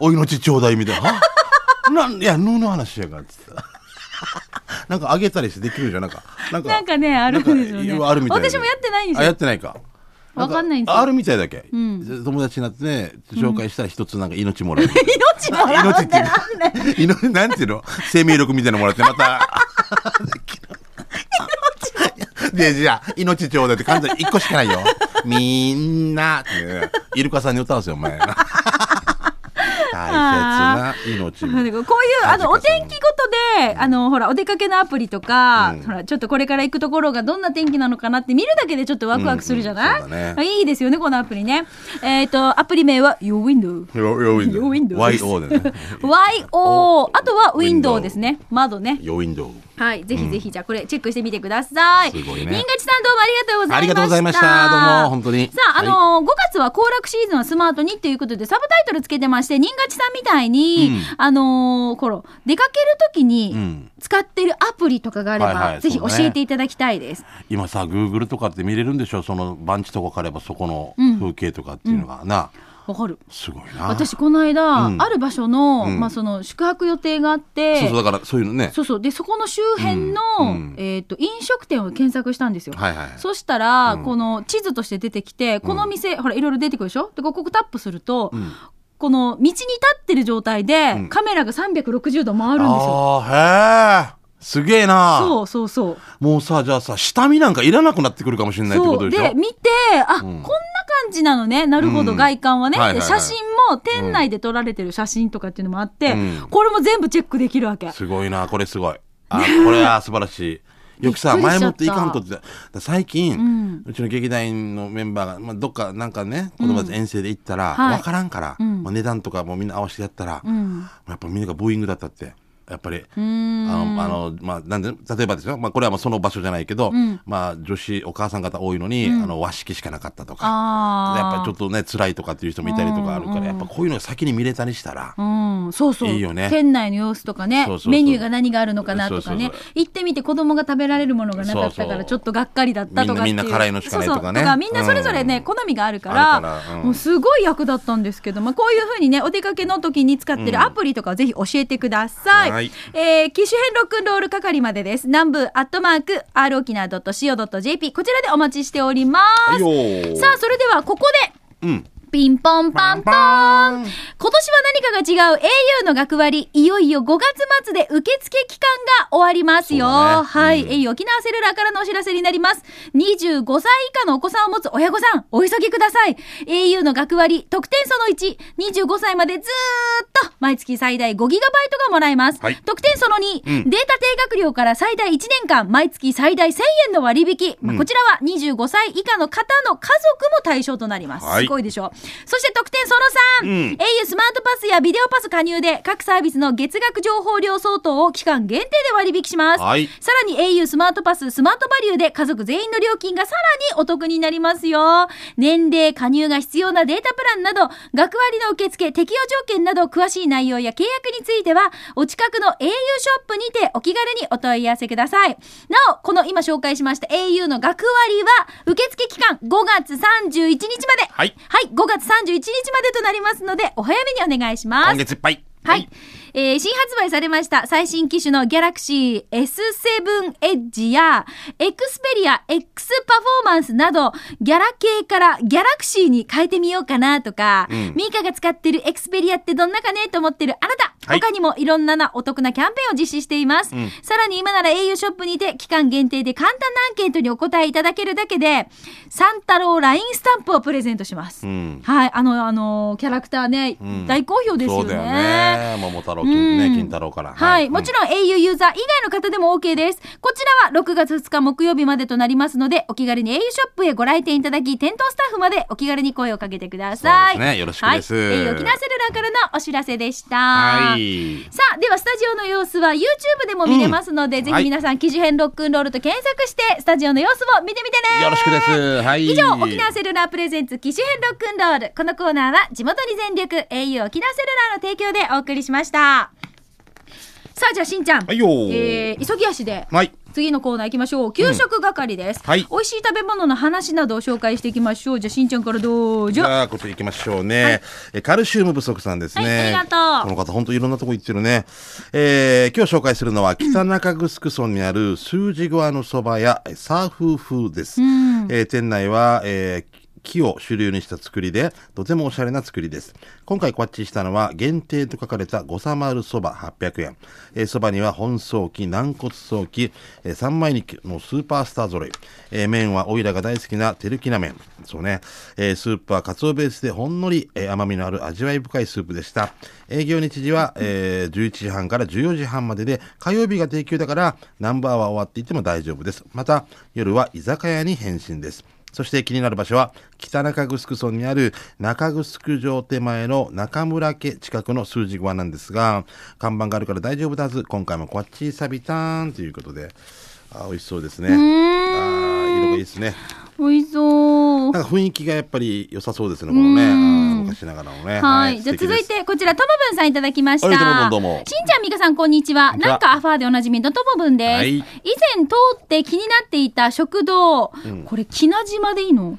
Speaker 2: お命ちょうだいみたいな。はなんいや、ぬの話やからっつって。なんかあげたりしてできるじゃん。なんか、なんか、
Speaker 1: なんかね、あるんですよね。
Speaker 2: なんかあるみたいで
Speaker 1: 私もやってないんです
Speaker 2: あ、や
Speaker 1: よ
Speaker 2: っ。てないか。
Speaker 1: [laughs] わかんないんですよ
Speaker 2: あるみたいだけ。
Speaker 1: ん
Speaker 2: 友達になってね、紹介したら一つなんか命もらえる。
Speaker 1: 命もらう
Speaker 2: 命
Speaker 1: っ
Speaker 2: って
Speaker 1: て
Speaker 2: い
Speaker 1: なんだよ
Speaker 2: いのなんていうの生命力みたいなのもらってまたでじゃあ命ちょうだいって簡単に1個しかないよみんなってねイルカさんに歌うんですよお前大切な命
Speaker 1: [laughs] なんだけどこういうあのお天気ごとあの、ほら、お出かけのアプリとか、ほら、ちょっとこれから行くところがどんな天気なのかなって見るだけでちょっとワクワクするじゃない、
Speaker 2: うんうんそうだね
Speaker 1: あいいですよね、このアプリね。えっ、と、アプリ名は Your Window。
Speaker 2: よ、よ、ウィンドウ。
Speaker 1: よウィンドウ
Speaker 2: YO でね。
Speaker 1: YO。あとは Window ですね。窓ね。
Speaker 2: よ、ウィンドウ。
Speaker 1: はい、ぜひぜひ、じゃあこれチェックしてみてください。
Speaker 2: すごいね
Speaker 1: 銀河ちさんどうもありがとうございました。
Speaker 2: ありがとうございましたどうも本当に
Speaker 1: さあ、あのー、5月は行楽シーズンはスマートにということで、サブタイトルつけてまして、銀河ちさんみたいに、あのー、この、出かけるとき
Speaker 2: う
Speaker 1: に
Speaker 2: ん、
Speaker 1: 使ってるアプリとかがあれば、
Speaker 2: はいはい
Speaker 1: ぜひ
Speaker 2: そ
Speaker 1: 教
Speaker 2: うね
Speaker 1: えていただきたいです。
Speaker 2: 今さ、グーグルとかって見れるんでしょその番地とかからればそこの風景とかっていうのが。な、
Speaker 1: わかる。
Speaker 2: すごいな。
Speaker 1: 私、この間、
Speaker 2: うん
Speaker 1: ある場所の、
Speaker 2: うん
Speaker 1: まあ、その、宿泊予定があって、
Speaker 2: そうそう、だからそういうのね。
Speaker 1: そうそうでそこの周辺の、
Speaker 2: うんうん
Speaker 1: えー、と飲食店を検索したんですよ。
Speaker 2: はいはい。
Speaker 1: そしたら、
Speaker 2: うん
Speaker 1: この地図として出てきて、この店、ほら、いろいろ出てくるでしょで、ここタップすると、
Speaker 2: ん
Speaker 1: この道に立ってる状態で、
Speaker 2: うん
Speaker 1: カメラが360度回るんですよ。
Speaker 2: ああ、へえ。すげえな。
Speaker 1: そうそうそう。
Speaker 2: もうさ、じゃあさ、下見なんかいらなくなってくるかもしれないってこ
Speaker 1: そ
Speaker 2: と
Speaker 1: う
Speaker 2: でしょ
Speaker 1: で見てあ、こんな感じなのねなるほど、
Speaker 2: うん
Speaker 1: 外観はね、
Speaker 2: はいはいはい
Speaker 1: で写真も店内で撮られてる写真とかっていうのもあって、
Speaker 2: うん
Speaker 1: これも全部チェックできるわけ。
Speaker 2: すごいな、これすごい。あ、これは素晴らしい。よく
Speaker 1: [laughs]
Speaker 2: さ、
Speaker 1: びっくり
Speaker 2: 前
Speaker 1: しちゃ
Speaker 2: も
Speaker 1: っ
Speaker 2: ったていかんことって、だから最近、
Speaker 1: う
Speaker 2: うんちの劇団員のメンバーが、まあ、どっかなんかね、子供たち遠征で行ったら、
Speaker 1: はい
Speaker 2: わからんから、
Speaker 1: うん
Speaker 2: まあ、値段とかもみんな合わせてやったら、
Speaker 1: うん
Speaker 2: やっぱみんながブーイングだったって。やっぱり、
Speaker 1: うーん
Speaker 2: あの、あの、まあ、なんで、例えばですよ。まあ、これはまあその場所じゃないけど、
Speaker 1: ん
Speaker 2: まあ、女子、お母さん方多いのに、あの、和式しかなかったとか、
Speaker 1: あー
Speaker 2: やっぱりちょっとね、辛いとかっていう人もいたりとかあるから、やっぱこういうのが先に見れたりしたら、
Speaker 1: うん、そうそう
Speaker 2: いいよね
Speaker 1: 店内の様子とかね
Speaker 2: そうそうそう
Speaker 1: メニューが何があるのかなとかね
Speaker 2: そうそうそ
Speaker 1: 行ってみて子供が食べられるものがなかった
Speaker 2: そう
Speaker 1: から
Speaker 2: そう
Speaker 1: ちょっとがっかりだったとかっていう
Speaker 2: みんなみんな辛いのしかないとかね
Speaker 1: そうそうみんなそれぞれね、
Speaker 2: うん
Speaker 1: 好みがあるから
Speaker 2: あるからうん
Speaker 1: もうすごい役だったんですけど、まあ、こういうふうにねお出かけの時に使ってるアプリとかをぜひ教えてください、
Speaker 2: はい
Speaker 1: えー機種編ロックンロール係までです南部アットマーク r 沖縄 .co.jp こちらでお待ちしております、
Speaker 2: はいよー
Speaker 1: さあそれではここで
Speaker 2: うん。
Speaker 1: ピンポンパンポーン今年は何かが違う au の学割、いよいよ5月末で受付期間が終わりますよ。
Speaker 2: そうだね
Speaker 1: はい、
Speaker 2: うん
Speaker 1: au 沖縄セルラーからのお知らせになります。25歳以下のお子さんを持つ親御さん、お急ぎください。au の学割、特典その1、25歳までずーっと毎月最大 5GB がもらえます。
Speaker 2: はい
Speaker 1: 特典その2、
Speaker 2: うん
Speaker 1: データ定額料から最大1年間、毎月最大1000円の割引。まあこちらは25歳以下の方の家族も対象となります。
Speaker 2: はい
Speaker 1: すごいでしょ。そして特典その3、
Speaker 2: うん
Speaker 1: au スマートパスやビデオパス加入で各サービスの月額情報量相当を期間限定で割引します。
Speaker 2: はい
Speaker 1: さらに au スマートパス、スマートバリューで家族全員の料金がさらにお得になりますよ。年齢、加入が必要なデータプランなど、学割の受付、適用条件など詳しい内容や契約については、お近くの au ショップにてお気軽にお問い合わせください。なお、この今紹介しました au の学割は、受付期間5月31日まで。
Speaker 2: はい
Speaker 1: はい、5月31日までとなりますので、お早めにお願いします。
Speaker 2: 今月いっぱい。
Speaker 1: はい。えー新発売されました最新機種の Galaxy S7 Edge や Xperia X パフォーマンスなど、ギャラ系から Galaxy に変えてみようかなとか、ミーカが使ってる Xperia ってどんなかねと思ってるあなた、
Speaker 2: はい
Speaker 1: 他にもいろんななお得なキャンペーンを実施しています。さらに今なら au ショップにて期間限定で簡単なアンケートにお答えいただけるだけで、サンタローラインスタンプをプレゼントします。
Speaker 2: うん。
Speaker 1: はい、あの、あの、キャラクターね、
Speaker 2: ん
Speaker 1: 大好評です
Speaker 2: そ
Speaker 1: よ
Speaker 2: う
Speaker 1: ね。
Speaker 2: だよね。桃太郎、
Speaker 1: うん
Speaker 2: 金ね、金太郎から。
Speaker 1: はい、もちろん au ユーザー以外の方でも OK です。こちらは6月2日木曜日までとなりますので、お気軽に au ショップへご来店いただき、店頭スタッフまでお気軽に声をかけてください。
Speaker 2: そうですねよろしくです
Speaker 1: はい、au 沖縄セルラーからのお知らせでした。
Speaker 2: は。い。
Speaker 1: さあ、ではスタジオの様子は YouTube でも見れますので、ぜひ皆さん、記事編ロックンロールと検索して、スタジオの様子も見てみてね。
Speaker 2: よろしくです。はい。
Speaker 1: 以上、沖縄セルラープレゼンツ機種編ロックンロール。このコーナーは地元に全力 au 沖縄セルラーの提供でお送りしました。さあ、じゃあしんちゃん。
Speaker 2: はいよ
Speaker 1: えー急ぎ足で。
Speaker 2: はい。
Speaker 1: 次のコーナー行きましょう。給食係です、
Speaker 2: はい
Speaker 1: 美味しい食べ物の話などを紹介していきましょう。じゃあしんちゃんからどう
Speaker 2: じ
Speaker 1: ぞ。
Speaker 2: ゃあ、こっち行きましょうね。えカルシウム不足さんですね。
Speaker 1: はいありがとう
Speaker 2: この方、本当いろんなとこ行ってるね。えー、今日紹介するのは、北中城村にある、スージゴアのそば屋、えサーフーフーです。えー店内は、えー木を主流にした作りで、とてもおしゃれな作りです。今回こっちしたのは、限定と書かれた五三丸そば800円。えーそばには本早期、軟骨早期、えー三枚肉のスーパースター揃い。えー麺はオイラが大好きな手るきな麺。そうね。えースープはカツオベースでほんのり、えー甘みのある味わい深いスープでした。営業日時は、えー11時半から14時半までで、火曜日が定休だから、ナンバーは終わっていても大丈夫です。また、夜は居酒屋に変身です。そして気になる場所は、北中城村にある中城城手前の中村家近くの数字小屋なんですが、看板があるから大丈夫だず、今回もこっちサビターンということで、あー美味しそうですね。あー色がいいですね。
Speaker 1: 美味しそう。
Speaker 2: なんか雰囲気がやっぱり良さそうですね、このね。あー昔ながらのね。
Speaker 1: はい。じゃあ続い。て、こちら、トモブンさんいただきました。
Speaker 2: はいトモブンどうも
Speaker 1: しんちゃん、みかさん、こんにちは。
Speaker 2: んにちは
Speaker 1: なんかアファーでおなじみのトモブンです。
Speaker 2: はい
Speaker 1: 以前通って気になっていた食堂。これ、木な島でいいの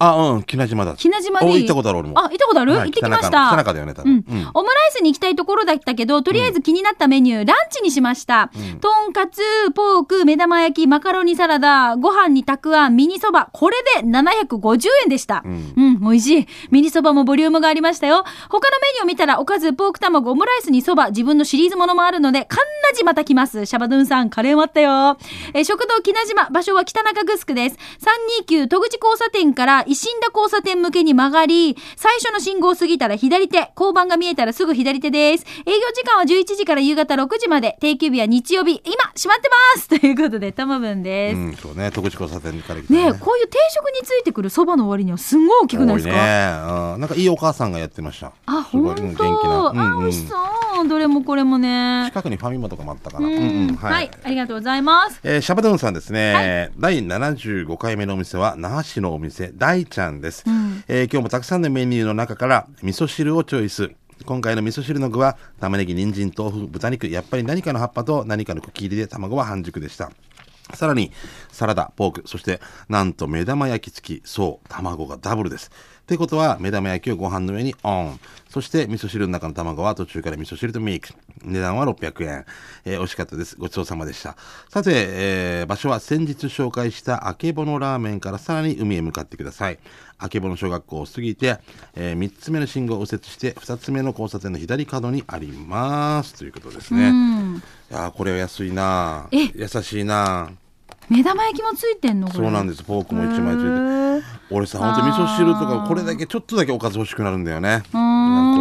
Speaker 2: あ、うん、木名島だ。
Speaker 1: 木名島でいい
Speaker 2: お行ったことある俺も。
Speaker 1: あ、行ったことある、
Speaker 2: はい
Speaker 1: 行ってきました。
Speaker 2: 北中の北中だよね多分
Speaker 1: う
Speaker 2: うん
Speaker 1: ん。オムライスに行きたいところだったけど、とりあえず気になったメニュー、ランチにしました。とんかつ、ポーク、目玉焼き、マカロニサラダ、ご飯にたくあん、ミニそば。これで750円でした。うん、美味しい。ミニそばもボリュームがありましたよ。他のメニューを見たら、おかず、ポーク卵、オムライスにそば、自分のシリーズものもあるので、かんなじまた来ます。シャバドゥンさん、カレーもあったよ。えー食堂、木な島、場所は北中城です。329、戸口交差点から、石新田交差点向けに曲がり、最初の信号を過ぎたら左手、交番が見えたらすぐ左手です。営業時間は11時から夕方6時まで、定休日は日曜日、今、閉まってますと [laughs] いうことで、たまぶんです。
Speaker 2: うん、そうね。徳地交差点から来た
Speaker 1: ねえ、こういう定食についてくるそばの割にはすんごい大きくないですか、
Speaker 2: 多いね、うんなんかいいお母さんがやってました。
Speaker 1: あ、
Speaker 2: すご
Speaker 1: ほ
Speaker 2: い
Speaker 1: ん
Speaker 2: うん元気
Speaker 1: と。
Speaker 2: な。
Speaker 1: あ、美
Speaker 2: うんうん
Speaker 1: 味しそう。どれもこれもね。
Speaker 2: 近くにファミマとかもあったか
Speaker 1: う
Speaker 2: な。
Speaker 1: ん、はい、ありがとうございます。
Speaker 2: えーシャバドゥンさんですね、第75回目のお店は那覇市のお店大ちゃんです、えー今日もたくさんのメニューの中から味噌汁をチョイス今回の味噌汁の具は玉ねぎ人参豆腐豚肉やっぱり何かの葉っぱと何かの茎入りで卵は半熟でしたさらにサラダポークそしてなんと目玉焼き付きそう卵がダブルですってことは目玉焼きをご飯の上にオンそして味噌汁の中の卵は途中から味噌汁とミルク値段は600円、えー美味しかったですごちそうさまでしたさて、えー場所は先日紹介したあけぼのラーメンからさらに海へ向かってくださいあけぼの小学校を過ぎて、え3つ目の信号を右折して2つ目の交差点の左角にありますということですね、いやーこれは安いなあ
Speaker 1: え
Speaker 2: 優しいなあ
Speaker 1: 目玉焼きもついてんのこれ。
Speaker 2: そうなんですポークも一枚ついて俺さ本当味噌汁とかこれだけちょっとだけおかず欲しくなるんだよねなんか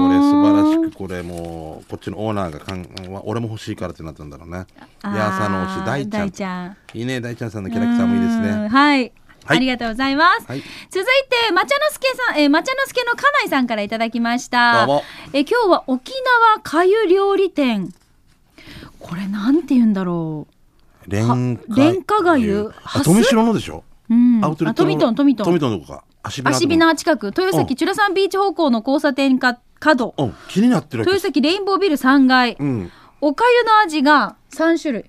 Speaker 2: 俺素晴らしくこれもうこっちのオーナーがかん俺も欲しいからってなったんだろうねい
Speaker 1: あー
Speaker 2: やーさの推し大ちゃん
Speaker 1: 大ちゃん
Speaker 2: いいね大ちゃんさんのキャラクターもいいです
Speaker 1: うん
Speaker 2: ね
Speaker 1: はい。
Speaker 2: は
Speaker 1: あ
Speaker 2: い
Speaker 1: りがとうございます。
Speaker 2: はい
Speaker 1: 続いて、まちゃのすけさん、えー、まちゃのすけの家内さんからいただきました。
Speaker 2: どうも
Speaker 1: えー今日は沖縄かゆ料理店。これなんて言うんだろ
Speaker 2: レン
Speaker 1: はレンカがゆ
Speaker 2: あ富城のでしょ
Speaker 1: う。うん。
Speaker 2: アウトレッ
Speaker 1: あ
Speaker 2: ト
Speaker 1: ト
Speaker 2: の
Speaker 1: ミトン、トミトン。
Speaker 2: トミトンのとこか足
Speaker 1: アシビナー近く、豊
Speaker 2: うん
Speaker 1: 崎チュラサンビーチ方向の交差点か角。
Speaker 2: うん気になってるわ
Speaker 1: 豊
Speaker 2: け
Speaker 1: 崎レインボービル3階。
Speaker 2: うん
Speaker 1: おかゆの味が3種類。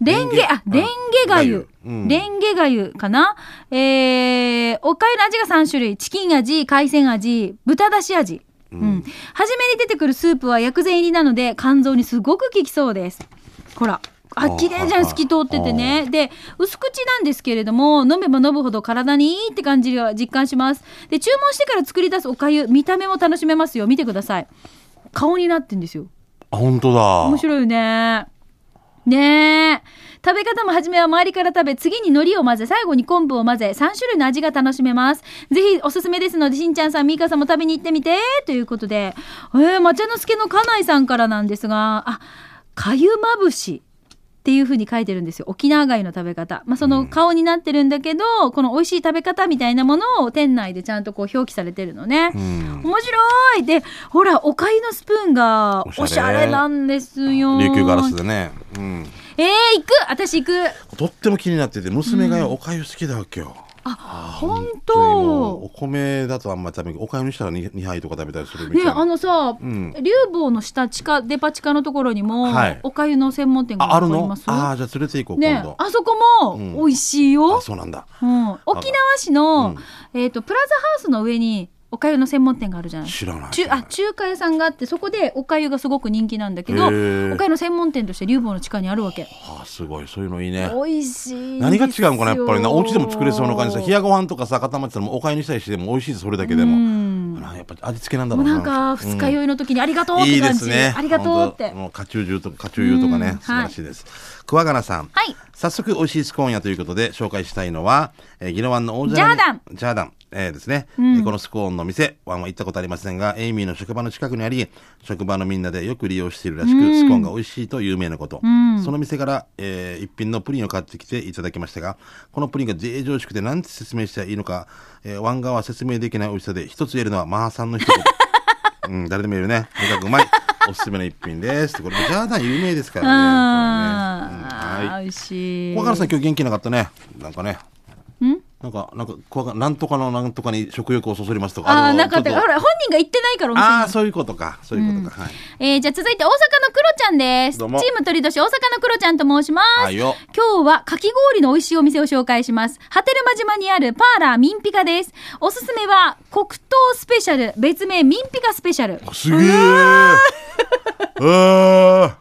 Speaker 1: レン
Speaker 2: レンゲ
Speaker 1: ゲ、あ、レンゲがゆ。
Speaker 2: うんうん
Speaker 1: レンゲがゆかなえー、おかゆの味が3種類。チキン味、海鮮味、豚だし味。うん。初めに出てくるスープは薬膳入りなので、肝臓にすごく効きそうです。ほら。あ、綺麗じゃん、透き通っててね。で、薄口なんですけれども、飲めば飲むほど体にいいって感じが実感します。で、注文してから作り出すおかゆ、見た目も楽しめますよ。見てください。顔になってんですよ。
Speaker 2: あ本当だ
Speaker 1: 面白いよね。ねえ。食べ方も初めは周りから食べ、次に海苔を混ぜ、最後に昆布を混ぜ、3種類の味が楽しめます。ぜひおすすめですので、しんちゃんさん、みーかさんも食べに行ってみて、ということで、えー、抹茶の助の家内さんからなんですが、あ、かゆまぶし。っていう風に書いてるんですよ。沖縄貝の食べ方。まあ、その顔になってるんだけど、この美味しい食べ方みたいなものを店内でちゃんとこう表記されてるのね。面白いで、ほら、お粥のスプーンがお
Speaker 2: おし
Speaker 1: し
Speaker 2: ゃ
Speaker 1: ゃ
Speaker 2: れ
Speaker 1: れなんですよ。
Speaker 2: 琉球ガラスでねうん
Speaker 1: えー、行く私行く
Speaker 2: とっても気になってて娘がよおかゆ好きだわけよ
Speaker 1: 本
Speaker 2: もう
Speaker 1: 当
Speaker 2: お米だとあんまり食べないおかゆにしたら 2, 二杯とか食べたりするみた
Speaker 1: ね
Speaker 2: い
Speaker 1: え
Speaker 2: な、
Speaker 1: あのさ、
Speaker 2: ん
Speaker 1: 竜坊の下地下デパ地下のところにも、
Speaker 2: はい
Speaker 1: おかゆの専門店が
Speaker 2: あある
Speaker 1: とこ
Speaker 2: の
Speaker 1: り
Speaker 2: あ
Speaker 1: ます
Speaker 2: あーじゃあ連れて行こう、
Speaker 1: ね
Speaker 2: 今度
Speaker 1: えあそこも
Speaker 2: うん
Speaker 1: 美味しいよ、
Speaker 2: あそうなんだ
Speaker 1: うん沖縄市の、えっとプラザハウスの上にお粥の専門店があるじゃない
Speaker 2: 知らない。
Speaker 1: 中あ中華屋さんがあってそこでお粥がすごく人気なんだけど
Speaker 2: へ
Speaker 1: お
Speaker 2: ー
Speaker 1: 粥の専門店として竜坊の地下にあるわけ
Speaker 2: はあ、すごい。そういうのいいね。
Speaker 1: 美味しいんです
Speaker 2: 何
Speaker 1: よ
Speaker 2: が違うのかなやっぱりな。お家でも作れそうな感じさ。冷やご飯とかさ、固まってたらもうお粥にしたりしても美味しいです、それだけで
Speaker 1: う
Speaker 2: も。
Speaker 1: ん
Speaker 2: あらやっぱ味付けなんだ
Speaker 1: も
Speaker 2: ろ
Speaker 1: う
Speaker 2: う
Speaker 1: なんか二日
Speaker 2: い
Speaker 1: 酔いの時にありがとうって感じ、
Speaker 2: いいですね。
Speaker 1: ありがとうって
Speaker 2: 本当もう、カチュージュとか、カチューユとか
Speaker 1: う
Speaker 2: ね
Speaker 1: ん、
Speaker 2: 素晴らしいです。桑原さん。
Speaker 1: はい
Speaker 2: 早速、美味しいスコーン屋ということで、紹介したいのは、えー、ギノワンの王者。
Speaker 1: ジャーダン。
Speaker 2: ジャーダン。えーですね、えーこのスコーンの店、ワンは行ったことありませんが、エイミーの職場の近くにあり、職場のみんなでよく利用しているらしく、スコーンが美味しいと有名なこと。その店から、えー一品のプリンを買ってきていただきましたが、このプリンが贅上しくて何て説明したらいいのか、えー、ワン側は説明できない美味しさで、一つ言えるのはマーさんの一言。うん、誰でも言えるね。とにかく
Speaker 1: [laughs]
Speaker 2: うまい。おすすめの一品です。これ、ジャーダン有名ですからね。
Speaker 1: あ
Speaker 2: これねうん
Speaker 1: ー、
Speaker 2: はい。
Speaker 1: 美味しい
Speaker 2: 小原さん、今日元気なかったね。なんかね。なんか、なんか、小原なんとかのなんとかに食欲をそそりますとか。
Speaker 1: あー
Speaker 2: の
Speaker 1: なんかって
Speaker 2: ちょっ
Speaker 1: ほ
Speaker 2: と
Speaker 1: ら本人が言ってないからお店に
Speaker 2: あー、そういうことか。そういうことか。はい。
Speaker 1: えーじゃあ続いて大阪のクロちゃんです。チ
Speaker 2: ど
Speaker 1: ー
Speaker 2: うも
Speaker 1: ム鳥年大阪のクロちゃんと申します。
Speaker 2: はいよ
Speaker 1: 今日はかき氷の美味しいお店を紹介します。波照間島にあるパーラーミンピカです。おすすめは黒糖スペシャル、別名ミンピカスペシャル。
Speaker 2: すげえ。あ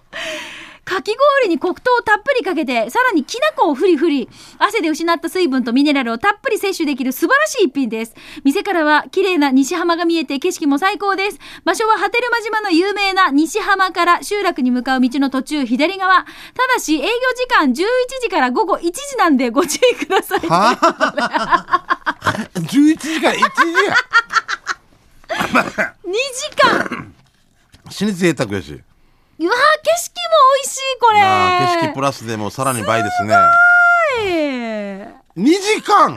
Speaker 1: かき氷に黒糖をたっぷりかけて、さらにきな粉をふりふり、汗で失った水分とミネラルをたっぷり摂取できる素晴らしい一品です。店からは綺麗な西浜が見えて景色も最高です。場所は波照間島の有名な西浜から集落に向かう道の途中左側。ただし営業時間11時から午後1時なんでご注意ください。
Speaker 2: ーはあ。11時から1時や。
Speaker 1: 2時間
Speaker 2: 死に贅沢やし。
Speaker 1: うわー景色も美味しいこれ
Speaker 2: なあ景色プラスでもうさらに倍ですね。
Speaker 1: えー
Speaker 2: 2時間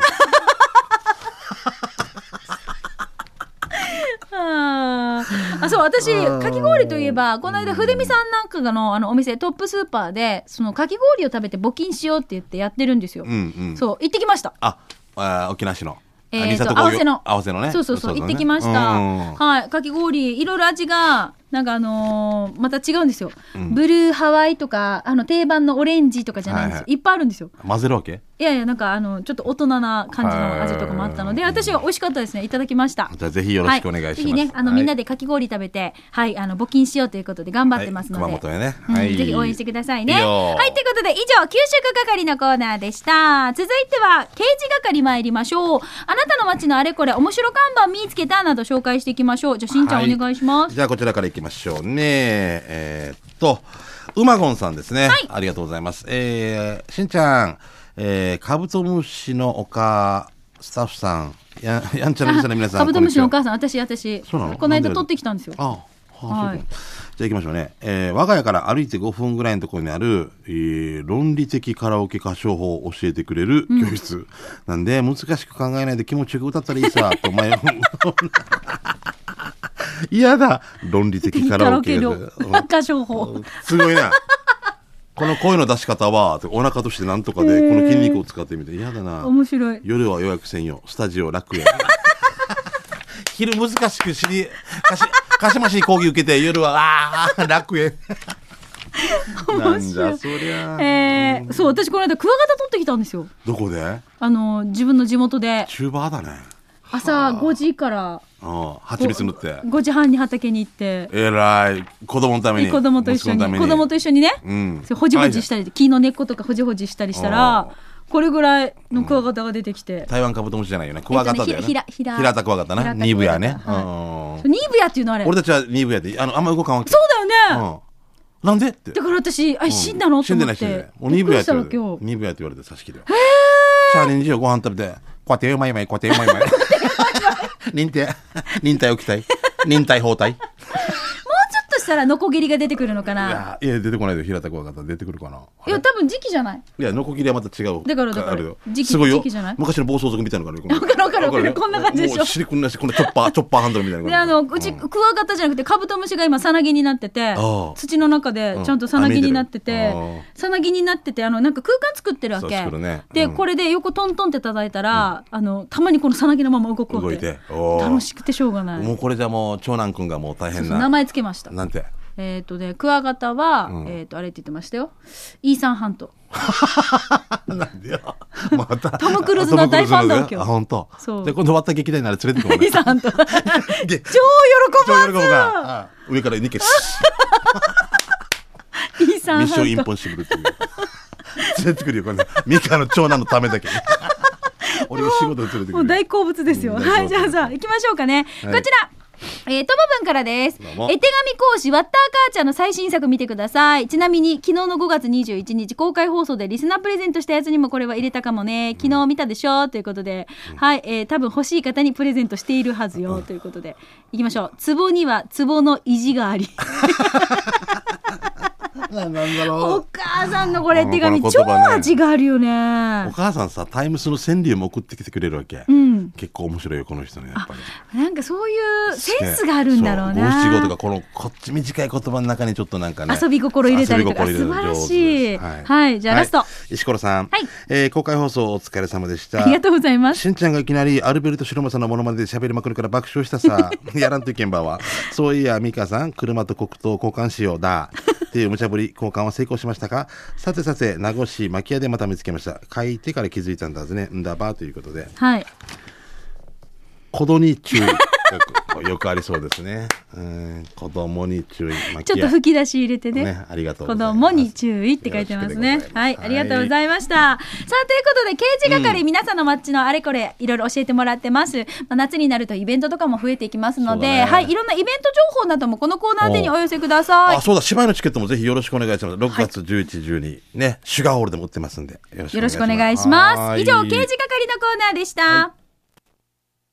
Speaker 1: あー
Speaker 2: [laughs]
Speaker 1: あそう私かき氷といえばこの間筆見さんなんかのあのお店トップスーパーでそのかき氷を食べて募金しようって言ってやってるんですよ、
Speaker 2: うんうん。
Speaker 1: そう行ってきました
Speaker 2: あ、あー沖縄市の。
Speaker 1: え
Speaker 2: あ三
Speaker 1: ー、
Speaker 2: 郷
Speaker 1: と
Speaker 2: 工業
Speaker 1: 合わせの
Speaker 2: 合わせのね。
Speaker 1: そうそうそう
Speaker 2: だね
Speaker 1: 行ってきました、
Speaker 2: うんうんうん
Speaker 1: はいかき氷いろいろ味がなんかあのーまた違うんですよ、ブルーハワイとかあの定番のオレンジとかじゃないんですよ、
Speaker 2: はいいはい
Speaker 1: っぱいあるんですよ
Speaker 2: 混ぜるわけ
Speaker 1: いやいやなんかあのちょっと大人な感じの味とかもあったので
Speaker 2: はい
Speaker 1: 私は美味しかったですねいただきました
Speaker 2: じゃあぜひよろしくお願いします。
Speaker 1: はぜひね、あの、
Speaker 2: はい
Speaker 1: みんなでかき氷食べて、はい、あの、募金しようということで頑張ってますので。
Speaker 2: はい熊本へね
Speaker 1: うん
Speaker 2: はい
Speaker 1: ぜひ応援してくださいね。
Speaker 2: いいよ
Speaker 1: はい、ということで、以上、給食係のコーナーでした。続いては、刑事係参りましょう。あなたの街のあれこれ、面白看板見つけたなど紹介していきましょう。じゃあ、しんちゃん、
Speaker 2: はい
Speaker 1: お願いします。
Speaker 2: じゃあこちらから行きましょうね。えーっと、うまごんさんですね。ありがとうございます。えー、しんちゃん、えー、カブトムシの丘、スタッフさん、ややんちゃな店の皆さ
Speaker 1: [laughs]
Speaker 2: ん。
Speaker 1: カブトムシのお
Speaker 2: こん
Speaker 1: 母
Speaker 2: に
Speaker 1: さん、私、私、
Speaker 2: そうなの
Speaker 1: この間取ってきたんですよ
Speaker 2: ち。は。あ、はあ、
Speaker 1: は
Speaker 2: そう
Speaker 1: い
Speaker 2: かじゃあ行きましょうね。えー、我が家から歩いて5分ぐらいのところにある、えー、論理的カラオケ歌唱法を教えてくれる教室。なんで、難しく考えないで気持ちよく歌ったらいいさ、と前を。 [laughs] 嫌だ、論理的
Speaker 1: カ
Speaker 2: カラ
Speaker 1: ラ
Speaker 2: オ
Speaker 1: オ
Speaker 2: ケ
Speaker 1: ケ
Speaker 2: で
Speaker 1: の赤情報。
Speaker 2: すごいな。この声の出し方は、お腹としてなんとかで、この筋肉を使ってみて、嫌だな。
Speaker 1: 面白い。
Speaker 2: 夜は予約せんよ。スタジオ楽や。 [laughs] 昼難しく知り、かし、かしましい講義受けて、夜は、ああ、楽園。なんだ、そりゃ。
Speaker 1: えー、そう、私、この間、クワガタ取ってきたんですよ。
Speaker 2: どこで
Speaker 1: あの、自分の地元で。
Speaker 2: チューバーだね。
Speaker 1: 朝5時から
Speaker 2: うん、蜂蜜塗って。
Speaker 1: 5時半に畑に行って
Speaker 2: えらい。子供のために。
Speaker 1: 子供と一緒
Speaker 2: 息子の
Speaker 1: に
Speaker 2: ため
Speaker 1: 子供と一緒にね、
Speaker 2: うん
Speaker 1: そうほじほじしたり木の根っことかほじほじしたりした
Speaker 2: あ
Speaker 1: らこれぐらいのクワガタが出てきて、
Speaker 2: 台湾カブトムシじゃないよね。クワガタだ
Speaker 1: え
Speaker 2: よね。
Speaker 1: っとねひらひら
Speaker 2: 平田クワガタ
Speaker 1: ひ
Speaker 2: な。
Speaker 1: らた
Speaker 2: ニブヤね。
Speaker 1: クワガタ
Speaker 2: うんうんうん
Speaker 1: ニーブヤっていうのあれそう
Speaker 2: 俺たちはニブヤで、あの、あんま動かんわけ。
Speaker 1: だよね、
Speaker 2: うん。なんでって。
Speaker 1: だから私あ死んだの、
Speaker 2: 死
Speaker 1: と
Speaker 2: ん
Speaker 1: 思
Speaker 2: で
Speaker 1: っ
Speaker 2: ない
Speaker 1: て
Speaker 2: 死んでない。もうニブ
Speaker 1: びっく
Speaker 2: ヤ
Speaker 1: りしてたわ
Speaker 2: っ言われ
Speaker 1: け
Speaker 2: て
Speaker 1: よ。
Speaker 2: ニブヤって言われて差し切るよ。へチャーレンジよ、ご飯食べて。こうやってうまいうまい、こうやってうまいうまい。忍耐、忍耐を期待。忍耐包帯。い
Speaker 1: ちょっとしたらノコギリが出てくるのかない
Speaker 2: や、いや出てこないで、平田クワガタ出てくるかな。あ
Speaker 1: い
Speaker 2: れ
Speaker 1: や多分時期じゃない
Speaker 2: いや、ノコギリはまた違う。
Speaker 1: だからだから
Speaker 2: あるよ
Speaker 1: 時期
Speaker 2: すごいよ
Speaker 1: 時期じゃない。
Speaker 2: 昔の暴走族みたいなのがあるよ。わ
Speaker 1: かるわかるわかるこんな感じでしょ
Speaker 2: もうシリコンなし、このチョッパー、チョッパーハンドルみたいな。
Speaker 1: であのう
Speaker 2: う
Speaker 1: ち
Speaker 2: ん
Speaker 1: クワガタじゃなくてカブトムシが今さなぎになってて
Speaker 2: ああ
Speaker 1: 土の中でちゃんとさなぎになってて
Speaker 2: うんあ見えてる
Speaker 1: さなぎになっててあのなんか空間作ってるわ
Speaker 2: そう作
Speaker 1: け
Speaker 2: るね
Speaker 1: で
Speaker 2: うん
Speaker 1: これで横トントンって叩いたらあのたまにこのさなぎのまま動くわ
Speaker 2: 動
Speaker 1: け
Speaker 2: いて。おー
Speaker 1: 楽しくてしょうがない
Speaker 2: もうこれじゃもう長男くんがもう大
Speaker 1: そう
Speaker 2: 変
Speaker 1: そう
Speaker 2: な。
Speaker 1: 名前つけました
Speaker 2: なんて。
Speaker 1: えっとねクワガタは
Speaker 2: うん
Speaker 1: えっとあれって言ってましたよイーサンハント
Speaker 2: なんでよ。また
Speaker 1: トムクルーズの大ファンだわけよ
Speaker 2: あ本当
Speaker 1: そう
Speaker 2: で今度渡木行きたいなら連れてこうね
Speaker 1: 兄さん
Speaker 2: [laughs]
Speaker 1: と超喜
Speaker 2: で
Speaker 1: ば
Speaker 2: 超喜ぶからあ上から2件
Speaker 1: 兄さ
Speaker 2: ミ
Speaker 1: ん
Speaker 2: ッションイン
Speaker 1: 本
Speaker 2: ポッシブルっていう。連れてくるよ、これ。ミカの長男のためだけ。俺が仕事に連れて
Speaker 1: 当
Speaker 2: く
Speaker 1: もう
Speaker 2: るよ。
Speaker 1: 大好物ですよ、
Speaker 2: うん
Speaker 1: はい
Speaker 2: 大好物
Speaker 1: じゃあさあ行きましょうかね、
Speaker 2: はい
Speaker 1: こちらえー、トマブンからです。絵
Speaker 2: どう
Speaker 1: 手
Speaker 2: も
Speaker 1: 紙講師、ワッターカーチャーの最新作見てください。ちなみに、昨日の5月21日、公開放送でリスナープレゼントしたやつにもこれは入れたかもね。昨日見たでしょということで。はい、えー、多分欲しい方にプレゼントしているはずよ。ということで。行きましょう。壺には壺の意地があ
Speaker 2: [laughs]
Speaker 1: り。
Speaker 2: なんだ
Speaker 1: お
Speaker 2: ろ
Speaker 1: 母さんのこれ
Speaker 2: うん
Speaker 1: 手紙、
Speaker 2: この
Speaker 1: 超
Speaker 2: 言葉ね
Speaker 1: 味があるよ
Speaker 2: う。お
Speaker 1: ね。
Speaker 2: 母さんさ、タイムスの川柳も送ってきてくれるわけ。
Speaker 1: うん。
Speaker 2: 結構面白いよ、この人ね、やっぱり。
Speaker 1: なんかそういうセンスがあるんだろうな。
Speaker 2: そう五七五とか、この、こっち短い言葉の中にちょっとなんかね。
Speaker 1: 遊び心入れたりとか
Speaker 2: 遊び心入れるの
Speaker 1: 素晴らしい
Speaker 2: 上手です
Speaker 1: はいじゃあラスト
Speaker 2: 石ころさん。
Speaker 1: はい
Speaker 2: えー公開放送お疲れ様でした。
Speaker 1: ありがとうございます。
Speaker 2: しんちゃんがいきなりアルベルト・シロマさんのモノマネで喋りまくるから爆笑した
Speaker 1: [laughs]
Speaker 2: さ。やらんといけんばは。そういや、ミカさん、車と黒糖を交換しようだ。っていう無茶ぶり、交換は成功しましたかさてさて、名護市巻屋でまた見つけました。書いてから気づいたんだぜね。んだばということで。
Speaker 1: はい。
Speaker 2: 子供に注意。よくよくありそうですね。うん、子供に注意。
Speaker 1: ちょっと
Speaker 2: 吹
Speaker 1: 吹き出し入れてね。
Speaker 2: ね、ありがとうご
Speaker 1: 子
Speaker 2: ざいま
Speaker 1: 供
Speaker 2: す。
Speaker 1: に注意って書いてます
Speaker 2: よ
Speaker 1: ね
Speaker 2: ろしくでございます
Speaker 1: はいありがとうございました、さあということで刑事係、皆さんのマッチのあれこれいろいろ教えてもらってます、まあ、夏になるとイベントとかも増えていきますので、
Speaker 2: そうだね
Speaker 1: はいいろんなイベント情報などもこのコーナーでにお寄せください
Speaker 2: あ、そうだ、芝居のチケットもぜひよろしくお願いします。6月11、12、ね、シュガーホールでも売ってますんで、よろしくお願いします。
Speaker 1: よろしくお願いします
Speaker 2: はー
Speaker 1: 以上刑事係のコーナーでした、